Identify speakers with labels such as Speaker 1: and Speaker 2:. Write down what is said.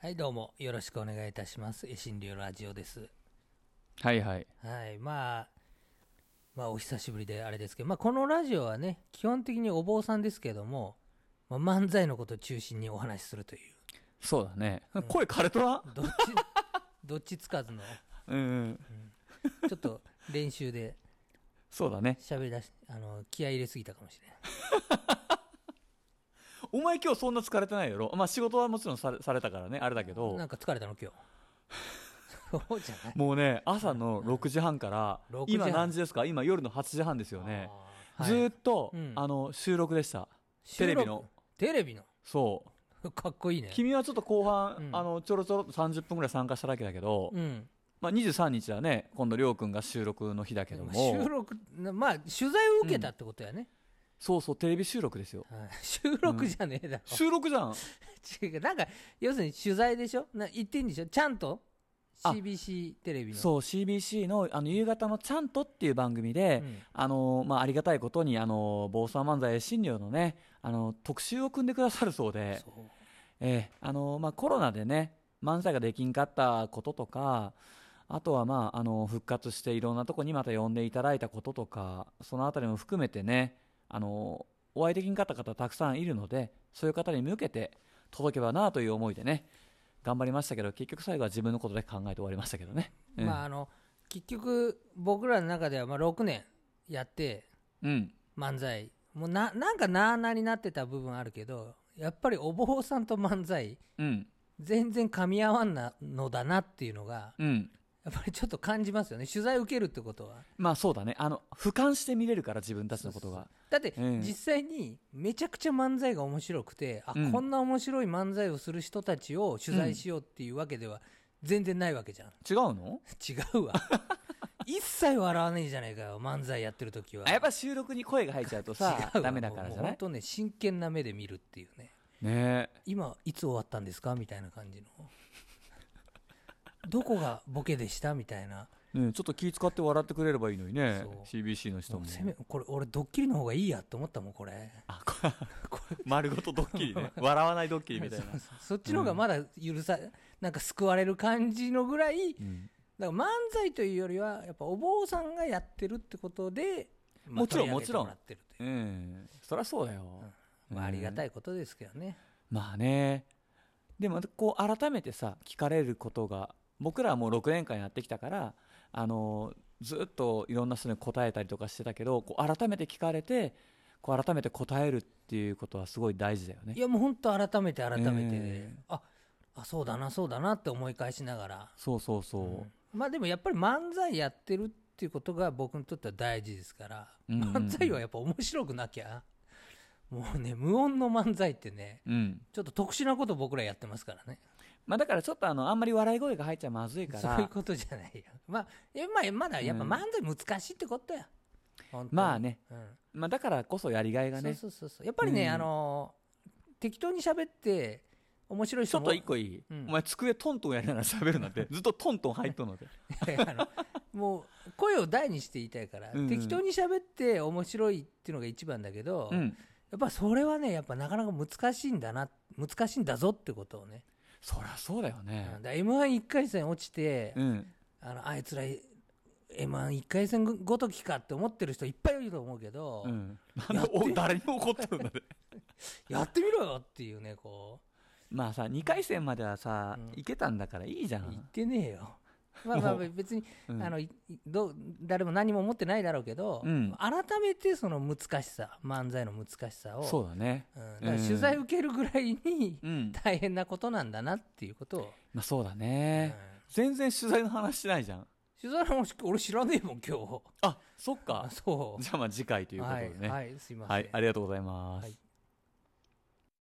Speaker 1: はい、どうもよろしくお願いいたします。え新流ラジオです。
Speaker 2: はいはい。
Speaker 1: はい、まあ、まあ、お久しぶりであれですけど、まあ、このラジオはね、基本的にお坊さんですけども、まあ、漫才のことを中心にお話しするという、
Speaker 2: そうだね。声枯れとら
Speaker 1: どっ ち、どっちつかずの、
Speaker 2: うんうん。
Speaker 1: ちょっと練習で
Speaker 2: そうだね。
Speaker 1: 喋り出し、あの、気合い入れすぎたかもしれない。
Speaker 2: お前今日そんな疲れてないやろまあ仕事はもちろんされされたからね、あれだけど
Speaker 1: なん、か疲れたの今日。そうじゃない。
Speaker 2: もうね、朝の6時半から
Speaker 1: 6、時半
Speaker 2: 今何時ですか今夜の8時半ですよね。
Speaker 1: あー
Speaker 2: ずーっと
Speaker 1: うん、
Speaker 2: あの、収録でした。テレビの。。
Speaker 1: テレビの。
Speaker 2: そう。
Speaker 1: かっこいいね。
Speaker 2: 君はちょっと後
Speaker 1: う
Speaker 2: 半、
Speaker 1: ん
Speaker 2: あの、ちょろちょろっと30分ぐらい参加しただけだけど、
Speaker 1: うん。
Speaker 2: まあ23日はね、今度りょうくんが収録の日だけど
Speaker 1: まあ収
Speaker 2: も、
Speaker 1: 録、なまあ、取材を受けたってことやね。
Speaker 2: そうそう、テレビ収録ですよ。
Speaker 1: はい収録じゃねえだろ。
Speaker 2: 収録じゃん
Speaker 1: 違う。なんか、要するに取材でしょな言っていいんでしょちゃんと
Speaker 2: あ
Speaker 1: ?CBC テレビの。
Speaker 2: そう、CBC の、あの、夕方のちゃんとっていう番組で、
Speaker 1: うん
Speaker 2: あの、まあ、ありがたいことに、あの、坊さん漫才診療のね、あの、特集を組んでくださるそうで、
Speaker 1: そう。
Speaker 2: ええあの、まあ、コロナでね、漫才ができんかったこととか、あとはまあ、あの、復活していろんなとこにまた呼んでいただいたこととか、そのあたりも含めてね、あの、お会いできんかった方たくさんいるので、そういう方に向けて届けばなという思いでね、頑張りましたけど、結局最後は自分のことで考えて終わりましたけどね。うん
Speaker 1: まあ、あの、結局、僕らの中では、まあ、6年やって、
Speaker 2: うん。
Speaker 1: 漫才。もうな、なんかなあなあになってた部分あるけど、やっぱりお坊さんと漫才、
Speaker 2: うん。
Speaker 1: 全然噛み合わんなのだなっていうのが、
Speaker 2: うん。
Speaker 1: やっぱりちょっと感じますよね。取材受けるってことは。
Speaker 2: まあそうだね。あの、俯瞰して見れるから自分たちのことが。
Speaker 1: だって、
Speaker 2: うん
Speaker 1: 実際にめちゃくちゃ漫才が面白くて、あ、
Speaker 2: うん
Speaker 1: こんな面白い漫才をする人たちを取材しようっていうわけでは全然ないわけじゃん。
Speaker 2: 違うの
Speaker 1: 違う わ。一切笑わねえじゃないかよ、漫才やってる時は。
Speaker 2: あやっぱ収録に声が入っちゃうとさ、
Speaker 1: 違うわ
Speaker 2: ダメだからじゃ
Speaker 1: もう
Speaker 2: な
Speaker 1: 本
Speaker 2: い
Speaker 1: 当ね、真剣な目で見るっていうね。
Speaker 2: ねえ。
Speaker 1: 今、いつ終わったんですかみたいな感じの。どこがボケでしたみたいな。
Speaker 2: うん、ちょっと気使って笑ってくれればいいのにね
Speaker 1: そう。
Speaker 2: CBC の人
Speaker 1: も
Speaker 2: も
Speaker 1: う。せめ、これ、俺、ドッキリの方がいいやと思ったもん、これ。
Speaker 2: あ、こ丸ごとドッキリね。笑わないドッキリ みたいな。
Speaker 1: そっちの方がまだ許さ、なんか救われる感じのぐらい、
Speaker 2: ん
Speaker 1: だから漫才というよりは、やっぱお坊さんがやってるってことで、まあ
Speaker 2: もちろん
Speaker 1: 取り上げてもらってるという
Speaker 2: うん。そりゃそうだよ。
Speaker 1: まあ、ありが
Speaker 2: い。
Speaker 1: たいことですけどね。
Speaker 2: まあね。でも、こう、改めてさ、聞かれることが、僕らはもう6年間やってきたから、あの、ずっといろんな人に答えたりとかしてたけど、こう、改めて聞かれて、こう、改めて答えるっていうことはすごい大事だよね
Speaker 1: い。や、もう本当改めて改めて、
Speaker 2: うん
Speaker 1: あ、あ、そうだな、そうだなって思い返しながら。
Speaker 2: そうそうそう。
Speaker 1: まあでもやっぱり漫才やってるっていうことが僕にとっては大事ですから、
Speaker 2: うんうんうん
Speaker 1: 漫才はやっぱ面白くなきゃ、もうね、無音の漫才ってね、
Speaker 2: うん。
Speaker 1: ちょっと特殊なこと僕らやってますからね。
Speaker 2: まあだからちょっとあの、あんまり笑い声が入っちゃまずいか
Speaker 1: そういう
Speaker 2: ら、
Speaker 1: ことじゃないよ。 まあ、えまあ、まだやっぱ
Speaker 2: うん
Speaker 1: 漫才難しいってことや。本当に
Speaker 2: まあね。
Speaker 1: うん。
Speaker 2: まあだからこそやりがいが
Speaker 1: そう
Speaker 2: ね、
Speaker 1: そうそうそう。やっぱりね、
Speaker 2: うん
Speaker 1: あのー適当に喋って、面白い
Speaker 2: ち
Speaker 1: 人
Speaker 2: ょっ
Speaker 1: も。
Speaker 2: と一個いい、
Speaker 1: うん
Speaker 2: お前机トントンやりながら喋るなんて、ずっとトントン入っとんので。
Speaker 1: あのもう、声を大にして言いたいから、
Speaker 2: うんうん
Speaker 1: 適当に喋って面白いっていうのが一番だけど、
Speaker 2: うん。
Speaker 1: やっぱそれはね、やっぱなかなか難しいんだな、難しいんだぞってことをね。
Speaker 2: そりゃそうだよ
Speaker 1: うん
Speaker 2: ね。
Speaker 1: だ M11 回戦落ちて、
Speaker 2: うん。
Speaker 1: あのあいつら M11 回戦ごときかって思ってる人いっぱいいると思うけど、
Speaker 2: うん。なんでお 誰にも怒ってるんだね。
Speaker 1: やってみろよっていうね、こ
Speaker 2: まあさ、2回戦まではさ、いけたんだからいいじゃ
Speaker 1: う、言っ
Speaker 2: ん。
Speaker 1: てねえよ。 まあまあ別に、あのいいどう誰も何も思ってないだろうけど、
Speaker 2: うん
Speaker 1: 改めてその難しさ、漫才の難しさを、
Speaker 2: そうだね。
Speaker 1: うんだから取材受けるぐらいに
Speaker 2: うん
Speaker 1: 大変なことなんだなっていうことを、
Speaker 2: まあそうだね。全然取材の話しないじゃん。
Speaker 1: 取材の話俺知らねえもん、今日。
Speaker 2: あ、そっ
Speaker 1: あ
Speaker 2: か。
Speaker 1: そう。
Speaker 2: じゃあまあ次回ということでね。
Speaker 1: はい、はい、すいません。
Speaker 2: はい、ありがとうございます。
Speaker 1: はい